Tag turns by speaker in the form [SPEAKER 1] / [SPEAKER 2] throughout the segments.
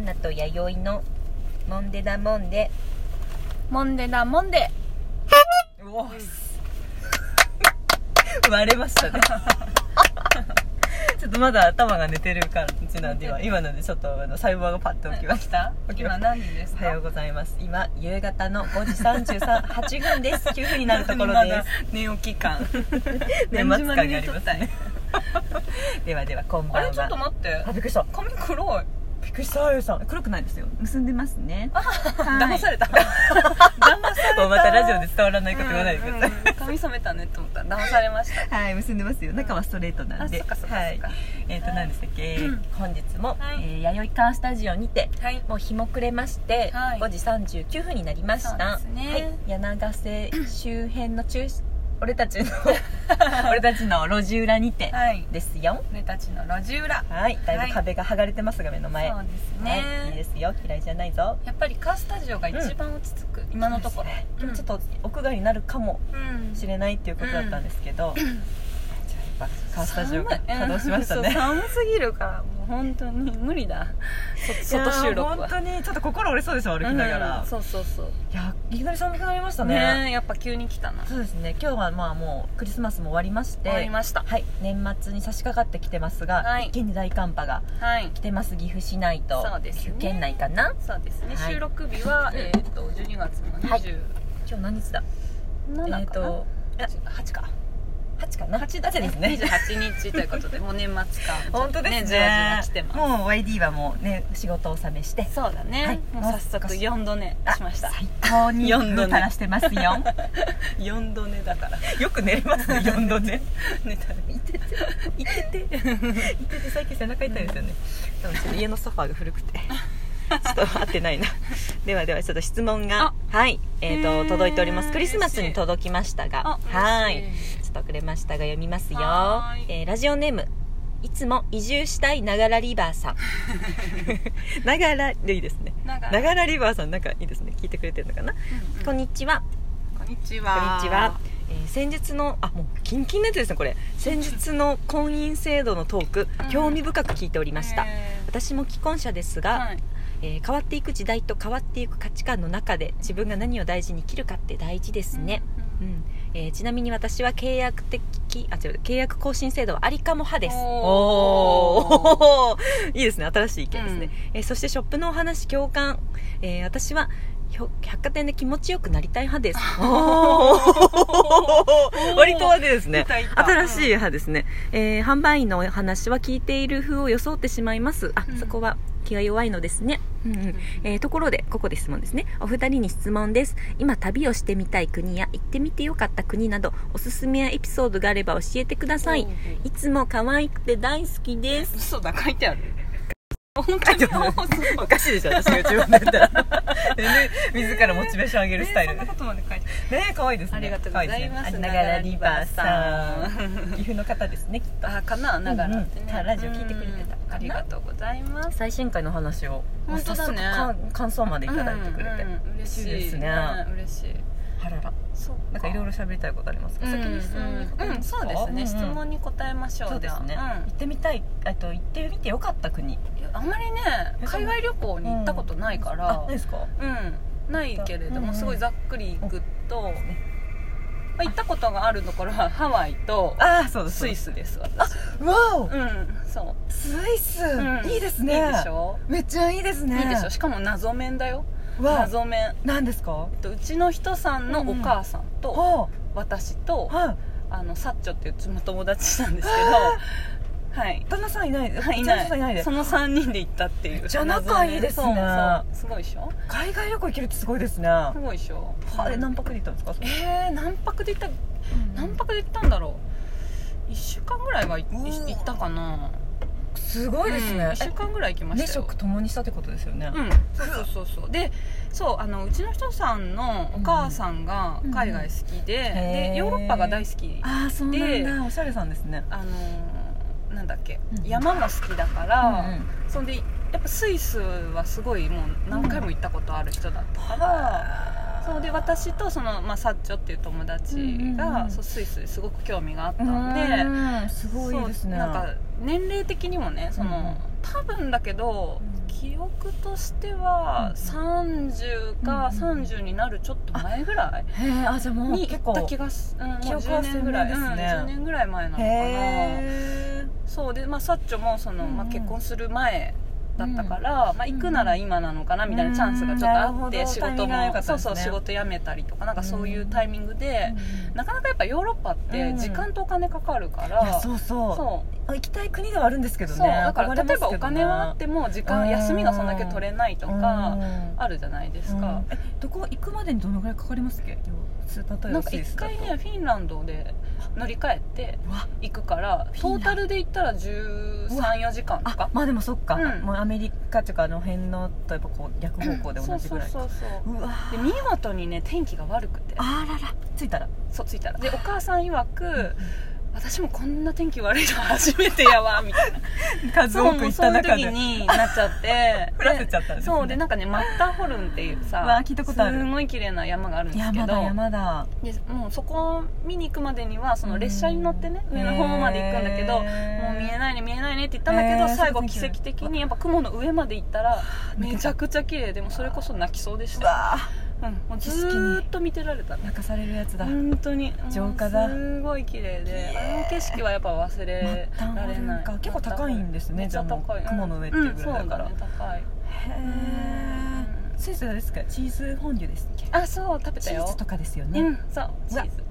[SPEAKER 1] ナと弥生のモンデダモンデ
[SPEAKER 2] モンデだモンデ
[SPEAKER 1] うおっす割れましたね ちょっとまだ頭が寝てる感じなんでは今のでちょっとあの細胞がパッと起きました起きま
[SPEAKER 2] 今
[SPEAKER 1] した
[SPEAKER 2] 何時です
[SPEAKER 1] おはよう
[SPEAKER 2] か
[SPEAKER 1] ございます今夕方の5時338分です9分になるところです
[SPEAKER 2] 寝 起き感
[SPEAKER 1] 年末感がありますねではではこんば
[SPEAKER 2] あ
[SPEAKER 1] んは
[SPEAKER 2] れちょっと待って
[SPEAKER 1] あびっくりした
[SPEAKER 2] 髪黒い
[SPEAKER 1] びっくりしたあゆさん黒くないですよ結んでますね
[SPEAKER 2] 騙された騙された
[SPEAKER 1] もうまたラジオで伝わらないこと言わないでください、
[SPEAKER 2] うんうん髪染めたねと思ったら騙されました
[SPEAKER 1] はい結んでますよ中はストレートなんで、
[SPEAKER 2] あそっかそっかそっか
[SPEAKER 1] はいえっ、と何でしたっけ、
[SPEAKER 2] うん
[SPEAKER 1] 本日も、
[SPEAKER 2] はい
[SPEAKER 1] えー弥生館スタジオにて
[SPEAKER 2] はい
[SPEAKER 1] もう日も暮れまして、
[SPEAKER 2] はい
[SPEAKER 1] 5時39分になりました
[SPEAKER 2] そうですね
[SPEAKER 1] はい、柳ヶ瀬周辺の中俺たち の俺たちの路地裏にて
[SPEAKER 2] はい
[SPEAKER 1] ですよ
[SPEAKER 2] 俺たちの路地裏
[SPEAKER 1] はいだいぶ壁が剥がれてますが目の前、
[SPEAKER 2] そうです
[SPEAKER 1] はい、いいで
[SPEAKER 2] ね
[SPEAKER 1] すよ嫌いじゃないぞ
[SPEAKER 2] やっぱりカースタジオが一番落ち着く今のところ
[SPEAKER 1] でもちょっ
[SPEAKER 2] と
[SPEAKER 1] と屋外になるかも
[SPEAKER 2] うん
[SPEAKER 1] しれないっていうことだったんですけど、じゃあやっぱカースタジオが
[SPEAKER 2] 寒い
[SPEAKER 1] 稼働しました
[SPEAKER 2] うんそう
[SPEAKER 1] ね
[SPEAKER 2] 寒すぎるからもう本当に無 理だそ
[SPEAKER 1] いやー
[SPEAKER 2] 外収録は
[SPEAKER 1] 本当にちょっと心折れそうですよ歩きながら、
[SPEAKER 2] うんそうそうそう
[SPEAKER 1] いやいきなり寒くなりましたね
[SPEAKER 2] ねえやっぱ急に来たな
[SPEAKER 1] そうですね今日はまあもうクリスマスも終わりまして
[SPEAKER 2] 終わりました
[SPEAKER 1] はい年末に差し掛かってきてますが、
[SPEAKER 2] はい
[SPEAKER 1] 一気に大寒波が
[SPEAKER 2] はい
[SPEAKER 1] 来てます岐阜市内と
[SPEAKER 2] そうですね
[SPEAKER 1] 岐阜県内かな
[SPEAKER 2] そうですね、
[SPEAKER 1] はい
[SPEAKER 2] 収録日は、
[SPEAKER 1] うん
[SPEAKER 2] えっ、と12月の
[SPEAKER 1] はい
[SPEAKER 2] 27
[SPEAKER 1] 今日何日だ
[SPEAKER 2] かな、
[SPEAKER 1] えっ、と
[SPEAKER 2] 8か
[SPEAKER 1] 8かな8だですね
[SPEAKER 2] 28日ということでもう年末か
[SPEAKER 1] 本当ですね
[SPEAKER 2] じわじわ来てま
[SPEAKER 1] もう YD はもうね仕事を納めして
[SPEAKER 2] すそうだね、
[SPEAKER 1] はい
[SPEAKER 2] もう早速4度寝しました
[SPEAKER 1] 最高に
[SPEAKER 2] 四度寝
[SPEAKER 1] 垂らしてますよ
[SPEAKER 2] 4度寝だから
[SPEAKER 1] よく寝れますね4度 ね
[SPEAKER 2] 寝たら
[SPEAKER 1] いてていてていてて最近背中痛いですよね、でもちょっと家のソファーが古 くてちょっと合ってないなではではちょっと質問がはいえー
[SPEAKER 2] へー
[SPEAKER 1] と届いておりますクリスマスに届きましたが
[SPEAKER 2] あ
[SPEAKER 1] はい
[SPEAKER 2] 嬉しい
[SPEAKER 1] ちょっと遅れましたが読みますよ
[SPEAKER 2] はーい
[SPEAKER 1] えーラジオネームいつも移住したいながらリバー さんながらでいいですね
[SPEAKER 2] なんか
[SPEAKER 1] ながらリバーさんなんかいいですね聞いてくれてるのかな、
[SPEAKER 2] うんうん
[SPEAKER 1] こんにちは
[SPEAKER 2] こんにち
[SPEAKER 1] こん
[SPEAKER 2] は
[SPEAKER 1] にちは、えー先日のあもうキンキンのやつですねこれ先日の婚姻制度のトーク
[SPEAKER 2] うん
[SPEAKER 1] 興味深く聞いておりました、
[SPEAKER 2] えー
[SPEAKER 1] 私も既婚者ですが、
[SPEAKER 2] はい
[SPEAKER 1] えー変わっていく時代と変わっていく価値観の中で自分が何を大事に生きるかって大事ですね、
[SPEAKER 2] う
[SPEAKER 1] うん
[SPEAKER 2] ん
[SPEAKER 1] えーちなみに私は契約的あ違う契約更新制度はありかも派です
[SPEAKER 2] おー
[SPEAKER 1] おー いいですね新しい意見ですね、えーそしてショップのお話共感、えー私はひょ百貨店で気持ちよくなりたい派ですおー割と派手ですね
[SPEAKER 2] いたいた
[SPEAKER 1] 新しい派ですね、えー販売員のお話は聞いている風を装ってしまいますあ、
[SPEAKER 2] うん
[SPEAKER 1] そこは気が弱いのですね、うんうんえーところでここで質問ですねお二人に質問です今旅をしてみたい国や行ってみてよかった国などおすすめやエピソードがあれば教えてください
[SPEAKER 2] おうおう
[SPEAKER 1] いつも可愛くて大好きです
[SPEAKER 2] 嘘だ書いてある本当にもうすごい
[SPEAKER 1] おかしいでしょ私が自分で言ったら自らモチベーション上げ
[SPEAKER 2] えーそんなことまで書いて
[SPEAKER 1] ね可愛いです
[SPEAKER 2] ありがとうございま
[SPEAKER 1] 可愛で
[SPEAKER 2] す
[SPEAKER 1] すねながらリバーさん岐阜の方ですねきっと
[SPEAKER 2] あかなながらってね、
[SPEAKER 1] うんうんラジオ聞いてくれてたかな
[SPEAKER 2] ありがとうございます
[SPEAKER 1] 最新回の話を
[SPEAKER 2] 本当だね
[SPEAKER 1] 早速か感想までいただいてくれて、
[SPEAKER 2] うんうん嬉し
[SPEAKER 1] 嬉し
[SPEAKER 2] い
[SPEAKER 1] いですね
[SPEAKER 2] うん嬉しい
[SPEAKER 1] あらら
[SPEAKER 2] そう
[SPEAKER 1] なんかいろいろ喋りたいことありますか、
[SPEAKER 2] うん
[SPEAKER 1] 先に質問に答えま
[SPEAKER 2] うんうん
[SPEAKER 1] すか
[SPEAKER 2] そうですね、質問
[SPEAKER 1] に
[SPEAKER 2] に答えましょう
[SPEAKER 1] そうですね、
[SPEAKER 2] じゃあ
[SPEAKER 1] 行ってみたいえっと行ってみてよかった国
[SPEAKER 2] うんいやあんまりね
[SPEAKER 1] え
[SPEAKER 2] 海外旅行に行ったことないか
[SPEAKER 1] あ
[SPEAKER 2] ら
[SPEAKER 1] ないですか
[SPEAKER 2] うん、ないけれど
[SPEAKER 1] うんう
[SPEAKER 2] も
[SPEAKER 1] ん
[SPEAKER 2] すごいざっくり行くと、ま
[SPEAKER 1] ね
[SPEAKER 2] あ、行ったことがあるところはハワイと
[SPEAKER 1] あそう
[SPEAKER 2] スイ
[SPEAKER 1] ス
[SPEAKER 2] スです私
[SPEAKER 1] わお
[SPEAKER 2] うんそ
[SPEAKER 1] スイス、
[SPEAKER 2] う、うん、
[SPEAKER 1] いいですね
[SPEAKER 2] いいでしょ
[SPEAKER 1] めっちゃいいですね
[SPEAKER 2] いいでしょしかも謎面だよ
[SPEAKER 1] わ
[SPEAKER 2] 謎面
[SPEAKER 1] なんですか
[SPEAKER 2] えっとうちの人さんのお母さんと
[SPEAKER 1] は
[SPEAKER 2] 私と、
[SPEAKER 1] あはい
[SPEAKER 2] あのサッチョっていう友達なんですけ
[SPEAKER 1] あ
[SPEAKER 2] どはい
[SPEAKER 1] 旦那さんいない
[SPEAKER 2] はいい
[SPEAKER 1] 旦那さんいない
[SPEAKER 2] な
[SPEAKER 1] で
[SPEAKER 2] いその3人で行ったっていう
[SPEAKER 1] めっちゃ仲いいですね
[SPEAKER 2] 謎そうそうすごいでしょ
[SPEAKER 1] 海外旅行行けるってすごいですね
[SPEAKER 2] すごいでしょ
[SPEAKER 1] あれ何泊で行ったんですかそれ
[SPEAKER 2] えー、何泊で行った何泊で行ったんだろう1週間ぐらいはい
[SPEAKER 1] おー
[SPEAKER 2] 行ったかな
[SPEAKER 1] すごいですね、
[SPEAKER 2] 1週間ぐらい行きま
[SPEAKER 1] 二
[SPEAKER 2] したよ
[SPEAKER 1] 食共にしたってことですよね、
[SPEAKER 2] うん、そうそうそうでそうあのうちの人さんのお母さんが海外好きで,、
[SPEAKER 1] うんうんへー
[SPEAKER 2] でヨーロッパが大好き
[SPEAKER 1] ああそうなんだおしゃれさんですね
[SPEAKER 2] あのーなんだっけ、
[SPEAKER 1] うん
[SPEAKER 2] 山も好きだから、そんでやっぱスイスはすごいもう何回も行ったことある人だったから、そうで私とその、まあ、サッチョっていう友達
[SPEAKER 1] う
[SPEAKER 2] が、
[SPEAKER 1] んうんうん
[SPEAKER 2] そうスイスですごく興味があったんで、
[SPEAKER 1] なんですごいですね
[SPEAKER 2] そうなんか年齢的にもねその、
[SPEAKER 1] うんうん
[SPEAKER 2] 多分だけど
[SPEAKER 1] うん
[SPEAKER 2] き記憶としては30か30になるちょっと前ぐらい
[SPEAKER 1] へえあじゃあもう
[SPEAKER 2] に行
[SPEAKER 1] 結
[SPEAKER 2] った
[SPEAKER 1] 構
[SPEAKER 2] 気がする、うん、もう
[SPEAKER 1] 記憶は
[SPEAKER 2] 10年ぐらい、
[SPEAKER 1] 鮮明ですね
[SPEAKER 2] うん10年ぐらい前なのかな
[SPEAKER 1] へえ
[SPEAKER 2] そうでまあサッチョもその、
[SPEAKER 1] うんうん
[SPEAKER 2] まあ、結婚する前だったから、まあ、行くなら今なのかなみたいなチャンスがちょっとあって、
[SPEAKER 1] うん
[SPEAKER 2] 仕
[SPEAKER 1] なるほどタイミン
[SPEAKER 2] 事
[SPEAKER 1] グが良かっ
[SPEAKER 2] も
[SPEAKER 1] た
[SPEAKER 2] そ
[SPEAKER 1] ん
[SPEAKER 2] う
[SPEAKER 1] です
[SPEAKER 2] そ
[SPEAKER 1] ね
[SPEAKER 2] う仕事辞めたりとかなんかそういうタイミングで、
[SPEAKER 1] い
[SPEAKER 2] なかなかやっぱヨーロッパって時間とお金かかるから、
[SPEAKER 1] やそうそう
[SPEAKER 2] そう
[SPEAKER 1] 行きたい国ではあるんですけどね
[SPEAKER 2] そうだから
[SPEAKER 1] 憧れま
[SPEAKER 2] 例え
[SPEAKER 1] すけど
[SPEAKER 2] ば
[SPEAKER 1] ね
[SPEAKER 2] お金はあっても時
[SPEAKER 1] う
[SPEAKER 2] 間
[SPEAKER 1] ん
[SPEAKER 2] 休みがそんだけ取れないとか
[SPEAKER 1] うん
[SPEAKER 2] あるじゃないですか
[SPEAKER 1] うん、えどこ行くまでにどのぐらいかかりますっけ普通例え
[SPEAKER 2] なん
[SPEAKER 1] ば
[SPEAKER 2] か
[SPEAKER 1] スイ
[SPEAKER 2] 一
[SPEAKER 1] スだと
[SPEAKER 2] 回ねフィンランドで乗り換えて
[SPEAKER 1] うわ
[SPEAKER 2] 行くから
[SPEAKER 1] フィン
[SPEAKER 2] ト
[SPEAKER 1] ランド
[SPEAKER 2] ータルで行ったら134時間と
[SPEAKER 1] あ
[SPEAKER 2] か
[SPEAKER 1] まあでもそっか、
[SPEAKER 2] うん
[SPEAKER 1] もうアメリカとかあの辺の例えばこう逆方向で同じぐらいか
[SPEAKER 2] そうそうそうそう
[SPEAKER 1] うわ
[SPEAKER 2] で見事にね天気が悪くて
[SPEAKER 1] あらら着いたら
[SPEAKER 2] そう着いたらでお母さん曰く私もこんな天気悪いの初めてやわみたいな
[SPEAKER 1] 数
[SPEAKER 2] そう
[SPEAKER 1] 多
[SPEAKER 2] もう
[SPEAKER 1] く行っ
[SPEAKER 2] そう
[SPEAKER 1] た
[SPEAKER 2] いう
[SPEAKER 1] 中
[SPEAKER 2] 時
[SPEAKER 1] で
[SPEAKER 2] になっちゃって
[SPEAKER 1] 降らせちゃったんです、ね、
[SPEAKER 2] そうでなんかねマッターホルンっていう
[SPEAKER 1] うわ
[SPEAKER 2] さ
[SPEAKER 1] 聞いたことある
[SPEAKER 2] すごい綺麗な山があるんですけど
[SPEAKER 1] 山だ山だ
[SPEAKER 2] でもうそこを見に行くまでにはその列車に乗ってね上の方まで行くんだけどもう見えないね見えないねって言ったんだけ
[SPEAKER 1] へ
[SPEAKER 2] ど
[SPEAKER 1] ー
[SPEAKER 2] 最後
[SPEAKER 1] そう
[SPEAKER 2] 奇
[SPEAKER 1] そう
[SPEAKER 2] 跡的にやっぱ雲の上まで行ったらめちゃ
[SPEAKER 1] く
[SPEAKER 2] くちゃ綺麗でもそれこそ泣きそうでし
[SPEAKER 1] う
[SPEAKER 2] た、
[SPEAKER 1] わ
[SPEAKER 2] うん、もうずーっと見てられたね
[SPEAKER 1] 泣かされるやつだ
[SPEAKER 2] 本当に
[SPEAKER 1] 浄化だ
[SPEAKER 2] もうすごい綺麗であの景色はやっぱ忘
[SPEAKER 1] 末
[SPEAKER 2] れ
[SPEAKER 1] 端
[SPEAKER 2] られ
[SPEAKER 1] な
[SPEAKER 2] ない
[SPEAKER 1] んか結構高いんですね
[SPEAKER 2] めっ
[SPEAKER 1] じゃ
[SPEAKER 2] ち
[SPEAKER 1] あ
[SPEAKER 2] ゃ
[SPEAKER 1] も
[SPEAKER 2] 高いううん
[SPEAKER 1] 雲の上っていうぐらいだから、
[SPEAKER 2] うんそうだね
[SPEAKER 1] へえスイスあれですかチーズフォンデュですっけ
[SPEAKER 2] 高いあそう食べ
[SPEAKER 1] チ
[SPEAKER 2] たよ
[SPEAKER 1] ーズとかですよね、
[SPEAKER 2] うんそうチーズ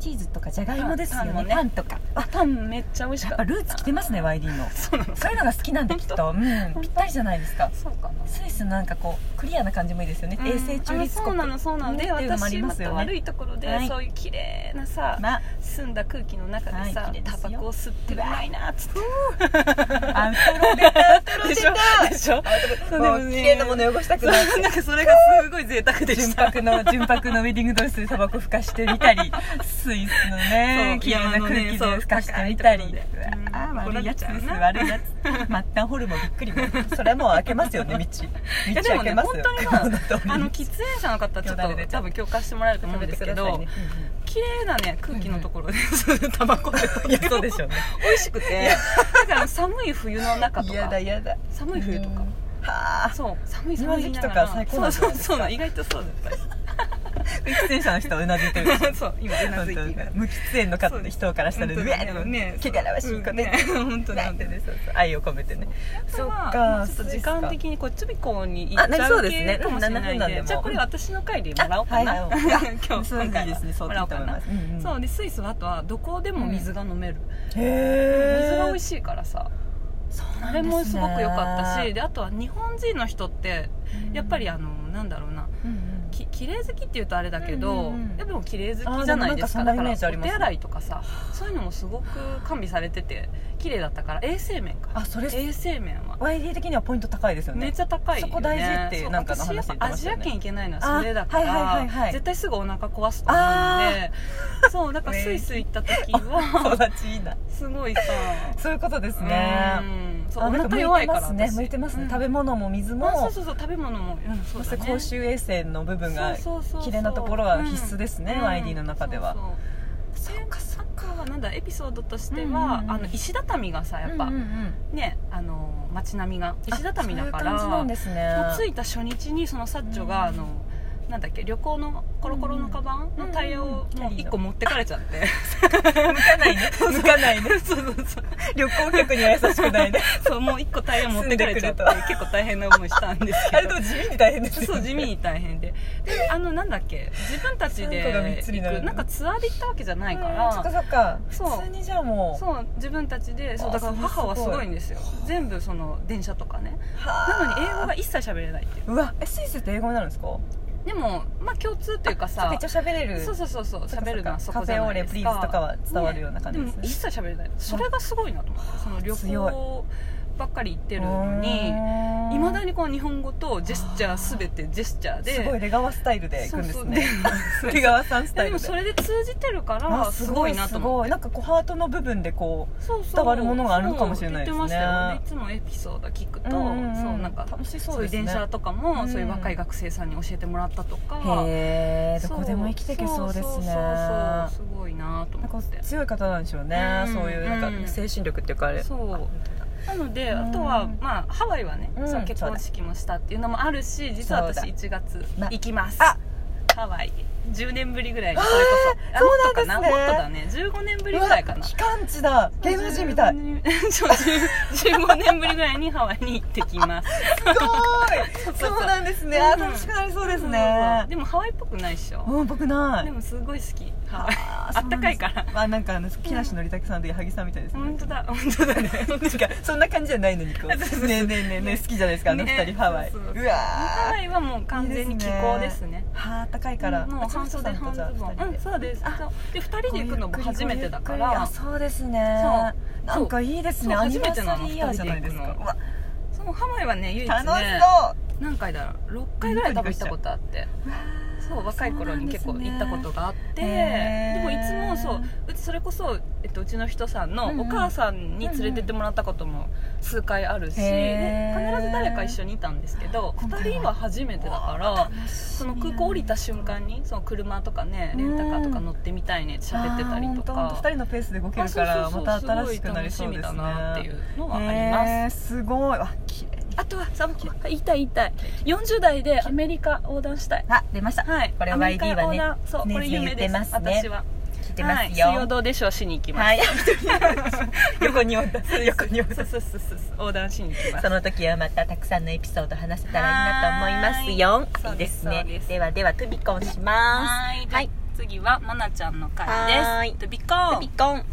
[SPEAKER 1] チーズとかじゃがいもですよね
[SPEAKER 2] パ
[SPEAKER 1] パ
[SPEAKER 2] ン
[SPEAKER 1] ン
[SPEAKER 2] ね
[SPEAKER 1] とか
[SPEAKER 2] あパンめっちゃ美味し
[SPEAKER 1] や
[SPEAKER 2] か
[SPEAKER 1] っ
[SPEAKER 2] った
[SPEAKER 1] ぱルーツきてますね YD の
[SPEAKER 2] そうなの
[SPEAKER 1] そういうのが好きなんできっ と、うん、ぴったりじゃないですか
[SPEAKER 2] そうかな
[SPEAKER 1] スイスなんかこうクリアな感じもいいですよね、衛生中立
[SPEAKER 2] あ
[SPEAKER 1] 国
[SPEAKER 2] そうなのそうなので
[SPEAKER 1] ねっていうのもあ
[SPEAKER 2] 私
[SPEAKER 1] り
[SPEAKER 2] ま
[SPEAKER 1] ます
[SPEAKER 2] た
[SPEAKER 1] よ
[SPEAKER 2] 悪
[SPEAKER 1] ね
[SPEAKER 2] いところで、
[SPEAKER 1] はい
[SPEAKER 2] そういう綺麗なさ
[SPEAKER 1] まあ
[SPEAKER 2] 澄んだ空気の中でさ、
[SPEAKER 1] はい綺麗で
[SPEAKER 2] タ
[SPEAKER 1] すよ
[SPEAKER 2] バコを吸ってうまいなっつって
[SPEAKER 1] アウトロ出たアウトロ出
[SPEAKER 2] でしょ
[SPEAKER 1] た
[SPEAKER 2] でしょ
[SPEAKER 1] そう でもね綺麗なもの汚したくない
[SPEAKER 2] そうなんかそれがすごい贅沢で
[SPEAKER 1] 純
[SPEAKER 2] した
[SPEAKER 1] 白の純白のウェディングドレスでタバコふかしてみたりスイスのね
[SPEAKER 2] そう
[SPEAKER 1] 綺麗な空気
[SPEAKER 2] 山のね
[SPEAKER 1] でふかしてみたり、
[SPEAKER 2] そう
[SPEAKER 1] うわあ
[SPEAKER 2] うん
[SPEAKER 1] 悪いやつです
[SPEAKER 2] 怒ら
[SPEAKER 1] 悪いやつ末端ホルモンびっくりそれはもう開けますよね道道
[SPEAKER 2] やでも
[SPEAKER 1] 開けま
[SPEAKER 2] ね
[SPEAKER 1] すよ
[SPEAKER 2] 本
[SPEAKER 1] 当に
[SPEAKER 2] あの喫煙者の方ちょ
[SPEAKER 1] よ
[SPEAKER 2] っ
[SPEAKER 1] だれ
[SPEAKER 2] と
[SPEAKER 1] 出ちゃ
[SPEAKER 2] 多
[SPEAKER 1] う
[SPEAKER 2] 分共感してもらえると思うんですけど綺麗なね空気のところでタバコ
[SPEAKER 1] いやそうでしょうね
[SPEAKER 2] 美味しくてだから寒い冬の中とか
[SPEAKER 1] 嫌だ
[SPEAKER 2] 寒い冬とか
[SPEAKER 1] はあ
[SPEAKER 2] そう寒い
[SPEAKER 1] 今
[SPEAKER 2] 寒い
[SPEAKER 1] 時期
[SPEAKER 2] な
[SPEAKER 1] と
[SPEAKER 2] がら
[SPEAKER 1] か最高なんじゃ
[SPEAKER 2] そ
[SPEAKER 1] ない
[SPEAKER 2] うそう
[SPEAKER 1] です
[SPEAKER 2] そうなの意外とそうだっ
[SPEAKER 1] 喫煙者の人はうなずい てる
[SPEAKER 2] たそう今うなずいている
[SPEAKER 1] 無喫煙の方
[SPEAKER 2] そうです
[SPEAKER 1] 人からしたら
[SPEAKER 2] 本当
[SPEAKER 1] う
[SPEAKER 2] に
[SPEAKER 1] わでも
[SPEAKER 2] ね
[SPEAKER 1] 汚らしいこと
[SPEAKER 2] ね 本当
[SPEAKER 1] なん
[SPEAKER 2] で
[SPEAKER 1] て
[SPEAKER 2] ね
[SPEAKER 1] ねそうそう愛を込めてね
[SPEAKER 2] そ
[SPEAKER 1] そっ
[SPEAKER 2] っ
[SPEAKER 1] か
[SPEAKER 2] かちょっと時間的にこっちびこに行っ
[SPEAKER 1] あ
[SPEAKER 2] ち
[SPEAKER 1] なり
[SPEAKER 2] ゃ
[SPEAKER 1] そううです
[SPEAKER 2] 系
[SPEAKER 1] ね
[SPEAKER 2] かもしれな
[SPEAKER 1] うん7
[SPEAKER 2] い
[SPEAKER 1] 分
[SPEAKER 2] ん
[SPEAKER 1] なんで
[SPEAKER 2] で
[SPEAKER 1] も
[SPEAKER 2] じゃあこれ私の回でもらおうかな
[SPEAKER 1] あ
[SPEAKER 2] 今
[SPEAKER 1] はいはい
[SPEAKER 2] 日
[SPEAKER 1] そう
[SPEAKER 2] 今回
[SPEAKER 1] いいですねそう
[SPEAKER 2] もらおうか
[SPEAKER 1] いいと思い
[SPEAKER 2] な
[SPEAKER 1] ますうんうん
[SPEAKER 2] そうでスイスはあとはどこでも水が飲める
[SPEAKER 1] へ
[SPEAKER 2] 水が美味
[SPEAKER 1] しい
[SPEAKER 2] しいからさ
[SPEAKER 1] そう
[SPEAKER 2] あ
[SPEAKER 1] なん
[SPEAKER 2] れ
[SPEAKER 1] ですね
[SPEAKER 2] もすごく良かったしであとは日本人の人ってやっぱりあのなんだろうな
[SPEAKER 1] うんうん
[SPEAKER 2] き綺麗好きっていうとあれだけど、
[SPEAKER 1] うんうんうん
[SPEAKER 2] でも綺麗好きじゃないですか
[SPEAKER 1] あーでもなんかそん
[SPEAKER 2] だ
[SPEAKER 1] な
[SPEAKER 2] か
[SPEAKER 1] イ
[SPEAKER 2] ら
[SPEAKER 1] メー
[SPEAKER 2] お
[SPEAKER 1] ジ
[SPEAKER 2] 手
[SPEAKER 1] あります
[SPEAKER 2] 洗いとかさそういうのもすごく完備されてて綺麗だったから衛生面か
[SPEAKER 1] あそれ
[SPEAKER 2] 衛生面は
[SPEAKER 1] YD 的にはポイント高いですよね
[SPEAKER 2] めっちゃ高いよ、ね、
[SPEAKER 1] そこ大事って
[SPEAKER 2] そう
[SPEAKER 1] なんかの話言っ
[SPEAKER 2] 私やっ
[SPEAKER 1] て
[SPEAKER 2] ぱア
[SPEAKER 1] まし
[SPEAKER 2] ジ
[SPEAKER 1] たよ
[SPEAKER 2] ア
[SPEAKER 1] ね
[SPEAKER 2] 圏行けないのはそれだから、
[SPEAKER 1] あはいはいはいはい
[SPEAKER 2] 絶対すぐお腹壊すと思うんでそうだからスイス行った 時
[SPEAKER 1] 友
[SPEAKER 2] は
[SPEAKER 1] 達いいな
[SPEAKER 2] すごいさ
[SPEAKER 1] そういうことです
[SPEAKER 2] う
[SPEAKER 1] ね
[SPEAKER 2] んそう
[SPEAKER 1] あ
[SPEAKER 2] お
[SPEAKER 1] なん
[SPEAKER 2] 腹弱いから
[SPEAKER 1] 向いてますね向いてますね食べ
[SPEAKER 2] 物
[SPEAKER 1] 物も水
[SPEAKER 2] もそう
[SPEAKER 1] も
[SPEAKER 2] そうそう食べ物も、うん、そ
[SPEAKER 1] そうして
[SPEAKER 2] だね
[SPEAKER 1] 公衆衛生の部分が
[SPEAKER 2] そうそうそうそう
[SPEAKER 1] 綺麗なところは必須ですね YD の中では
[SPEAKER 2] そうそう
[SPEAKER 1] そうかそっ
[SPEAKER 2] まあなんだエピソードとしては、
[SPEAKER 1] うんうんうん
[SPEAKER 2] あの石畳がさやっぱ、
[SPEAKER 1] うんうんうん
[SPEAKER 2] ねあの街並みが石畳だか
[SPEAKER 1] あ
[SPEAKER 2] ら
[SPEAKER 1] そういう感じなんですね
[SPEAKER 2] もう着いた初日にそのサッチョが、
[SPEAKER 1] うん
[SPEAKER 2] あのなんだっけ旅行のコロコロのカバン
[SPEAKER 1] うんう
[SPEAKER 2] の
[SPEAKER 1] ん
[SPEAKER 2] タイヤをもう
[SPEAKER 1] キャリーの
[SPEAKER 2] 1個持ってかれちゃって、
[SPEAKER 1] 向かないね向かないね
[SPEAKER 2] そうそうそう
[SPEAKER 1] 旅行客には優しくない ね
[SPEAKER 2] そうもう1個タイヤ持ってかれちゃって
[SPEAKER 1] 住んで
[SPEAKER 2] 結構大変な思いしたんです
[SPEAKER 1] あ
[SPEAKER 2] け
[SPEAKER 1] れ
[SPEAKER 2] ど
[SPEAKER 1] でも地味に大変ですよね
[SPEAKER 2] そう地味に大変でであのなんだっけ自分たちで
[SPEAKER 1] 三個が三つにな
[SPEAKER 2] 行
[SPEAKER 1] る
[SPEAKER 2] くなんかツアーで行ったわけじゃないか
[SPEAKER 1] うんそっからそっか
[SPEAKER 2] そう
[SPEAKER 1] 普通にじゃあもう
[SPEAKER 2] そう自分たちでそう
[SPEAKER 1] あ
[SPEAKER 2] だから
[SPEAKER 1] それすご
[SPEAKER 2] 母
[SPEAKER 1] い
[SPEAKER 2] はすごいんですよ全部その電車とかね
[SPEAKER 1] は
[SPEAKER 2] な
[SPEAKER 1] あ
[SPEAKER 2] のに英語が一切喋れないっていう
[SPEAKER 1] うわえスイスって英語になるんですか
[SPEAKER 2] でもまあ共通というか
[SPEAKER 1] そ
[SPEAKER 2] さ
[SPEAKER 1] っか一応喋れる
[SPEAKER 2] そうそうそうそう
[SPEAKER 1] そっか
[SPEAKER 2] 喋るのはそこじ
[SPEAKER 1] カフェ
[SPEAKER 2] ゃ
[SPEAKER 1] オー
[SPEAKER 2] ないで
[SPEAKER 1] レ
[SPEAKER 2] すか
[SPEAKER 1] プリーズとかは伝わるような感じです
[SPEAKER 2] ね
[SPEAKER 1] ね
[SPEAKER 2] も一切喋れないそれがすごいなと思ってその旅
[SPEAKER 1] 強い
[SPEAKER 2] 行ばっかり行ってるのにいまだにこう日本語とジェスチャー全てジェスチャーです
[SPEAKER 1] ごいレガワスタイルでいくんですね
[SPEAKER 2] そうそうで
[SPEAKER 1] レガワさんス
[SPEAKER 2] い
[SPEAKER 1] タ
[SPEAKER 2] や
[SPEAKER 1] イ
[SPEAKER 2] で
[SPEAKER 1] ル
[SPEAKER 2] も
[SPEAKER 1] で
[SPEAKER 2] それで通じてるか
[SPEAKER 1] あ
[SPEAKER 2] らすごいなと
[SPEAKER 1] す
[SPEAKER 2] 思って
[SPEAKER 1] ごいなんかこうハートの部分でこう
[SPEAKER 2] そうそう
[SPEAKER 1] 伝わるものがあるのかもしれないですね
[SPEAKER 2] そう言ってましたよねいつもエピソード聞くと、
[SPEAKER 1] うんうんうん
[SPEAKER 2] そうなんか
[SPEAKER 1] 楽し
[SPEAKER 2] そ
[SPEAKER 1] そうう
[SPEAKER 2] い
[SPEAKER 1] で
[SPEAKER 2] う
[SPEAKER 1] すね
[SPEAKER 2] 電車とかも、
[SPEAKER 1] うん
[SPEAKER 2] そういう若い学生さんに教えてもらったとか
[SPEAKER 1] へえどこでも生きていけそうですね
[SPEAKER 2] そうそうそうそうすごいなと
[SPEAKER 1] なん
[SPEAKER 2] 思
[SPEAKER 1] か
[SPEAKER 2] って
[SPEAKER 1] 強い方なんでしょうね、
[SPEAKER 2] うん
[SPEAKER 1] そういうなんか、
[SPEAKER 2] うん
[SPEAKER 1] 精神力っていうかあれ
[SPEAKER 2] そう
[SPEAKER 1] あ本当だ
[SPEAKER 2] なので、
[SPEAKER 1] うん
[SPEAKER 2] あとは、まあ、ハワイはね、
[SPEAKER 1] うん
[SPEAKER 2] そう結婚式もしたっていうのもあるし実は私
[SPEAKER 1] そうだ
[SPEAKER 2] 1月
[SPEAKER 1] な
[SPEAKER 2] 行きます
[SPEAKER 1] あ
[SPEAKER 2] ハワイ10年ぶりぐらいにそれこそあ
[SPEAKER 1] そうなんですね
[SPEAKER 2] もっとかなもっとだね15年ぶりぐらいかな
[SPEAKER 1] 期間地だ芸能人みたいす
[SPEAKER 2] 15年そう15年ぶりぐらいにハワイに行ってきます
[SPEAKER 1] ご
[SPEAKER 2] そう
[SPEAKER 1] い
[SPEAKER 2] そ う
[SPEAKER 1] そうなんですね
[SPEAKER 2] うん
[SPEAKER 1] あ楽しくなりそうですね
[SPEAKER 2] でもハワイっぽくないっしょ
[SPEAKER 1] うん僕ない
[SPEAKER 2] でもすごい好きハワイ
[SPEAKER 1] あ
[SPEAKER 2] あったかいから
[SPEAKER 1] ら まあなんかあの木梨憲武さんと矢作さんみたいですね
[SPEAKER 2] 本当だ本当だね
[SPEAKER 1] なんかそんな感じじゃないのにこうね
[SPEAKER 2] そうそうそう
[SPEAKER 1] えねえねえねえ好きじゃないですかあの二人
[SPEAKER 2] ね
[SPEAKER 1] ハワイ
[SPEAKER 2] そうそうそう
[SPEAKER 1] うわ
[SPEAKER 2] ハワ
[SPEAKER 1] ー
[SPEAKER 2] イはもう完全に気候ですね
[SPEAKER 1] はあったかいから
[SPEAKER 2] うんもう半袖半ズボンうんそうですそうで2人で行くのも初めてだか
[SPEAKER 1] あ
[SPEAKER 2] ら
[SPEAKER 1] そうですね
[SPEAKER 2] そう
[SPEAKER 1] なんかいいですね
[SPEAKER 2] そう
[SPEAKER 1] アニバーサリーイヤー
[SPEAKER 2] 初
[SPEAKER 1] じゃな
[SPEAKER 2] め
[SPEAKER 1] い
[SPEAKER 2] て
[SPEAKER 1] で
[SPEAKER 2] な
[SPEAKER 1] すか
[SPEAKER 2] の二人で行くの
[SPEAKER 1] うわ
[SPEAKER 2] そうハワイはね唯一ね
[SPEAKER 1] 楽し
[SPEAKER 2] 何回だろう6回ぐらい多分行ったことあって
[SPEAKER 1] そう
[SPEAKER 2] そう若い頃に結構行ったことがあってで,、
[SPEAKER 1] へー
[SPEAKER 2] もいつもそううちそれこそ、えっと、うちの人さん
[SPEAKER 1] うんうん
[SPEAKER 2] のお母さんに連れてってもらったことも数回あるし、
[SPEAKER 1] へ
[SPEAKER 2] で
[SPEAKER 1] ー
[SPEAKER 2] 必ず誰か一緒にいたんですけど
[SPEAKER 1] 今回は
[SPEAKER 2] 2人は初めてだからその空港降りた瞬間にその車とかねレンタカーとか乗ってみたいねって喋ってたりと
[SPEAKER 1] あーほんほん
[SPEAKER 2] か
[SPEAKER 1] 二人のペースで動けるからまた新しくなりそうですね
[SPEAKER 2] すごい楽しみだなっていうのはあります。
[SPEAKER 1] へーすごいわ綺麗
[SPEAKER 2] あとはさ言いたい言いたい40代でアメリカ横断したい
[SPEAKER 1] あ出ました
[SPEAKER 2] はい
[SPEAKER 1] これは
[SPEAKER 2] アメリカ
[SPEAKER 1] YD はね
[SPEAKER 2] 横断そう
[SPEAKER 1] ね
[SPEAKER 2] これ夢
[SPEAKER 1] 言
[SPEAKER 2] です
[SPEAKER 1] ってますね
[SPEAKER 2] 私は
[SPEAKER 1] 聞いてま
[SPEAKER 2] はい、
[SPEAKER 1] す
[SPEAKER 2] 水曜
[SPEAKER 1] よ
[SPEAKER 2] どうでしょうしに行きます、
[SPEAKER 1] はい横に置いた 横に置いた
[SPEAKER 2] そうそうそうそう横断しに行きます
[SPEAKER 1] その時はまたたくさんのエピソード話せたらいいなと思いますよ
[SPEAKER 2] はい
[SPEAKER 1] いいです
[SPEAKER 2] そう
[SPEAKER 1] ね
[SPEAKER 2] ですそうです
[SPEAKER 1] ではではトゥビコンします
[SPEAKER 2] はい
[SPEAKER 1] はい
[SPEAKER 2] 次はまなちゃんの
[SPEAKER 1] はーい
[SPEAKER 2] 回ですとびこ
[SPEAKER 1] トゥビコン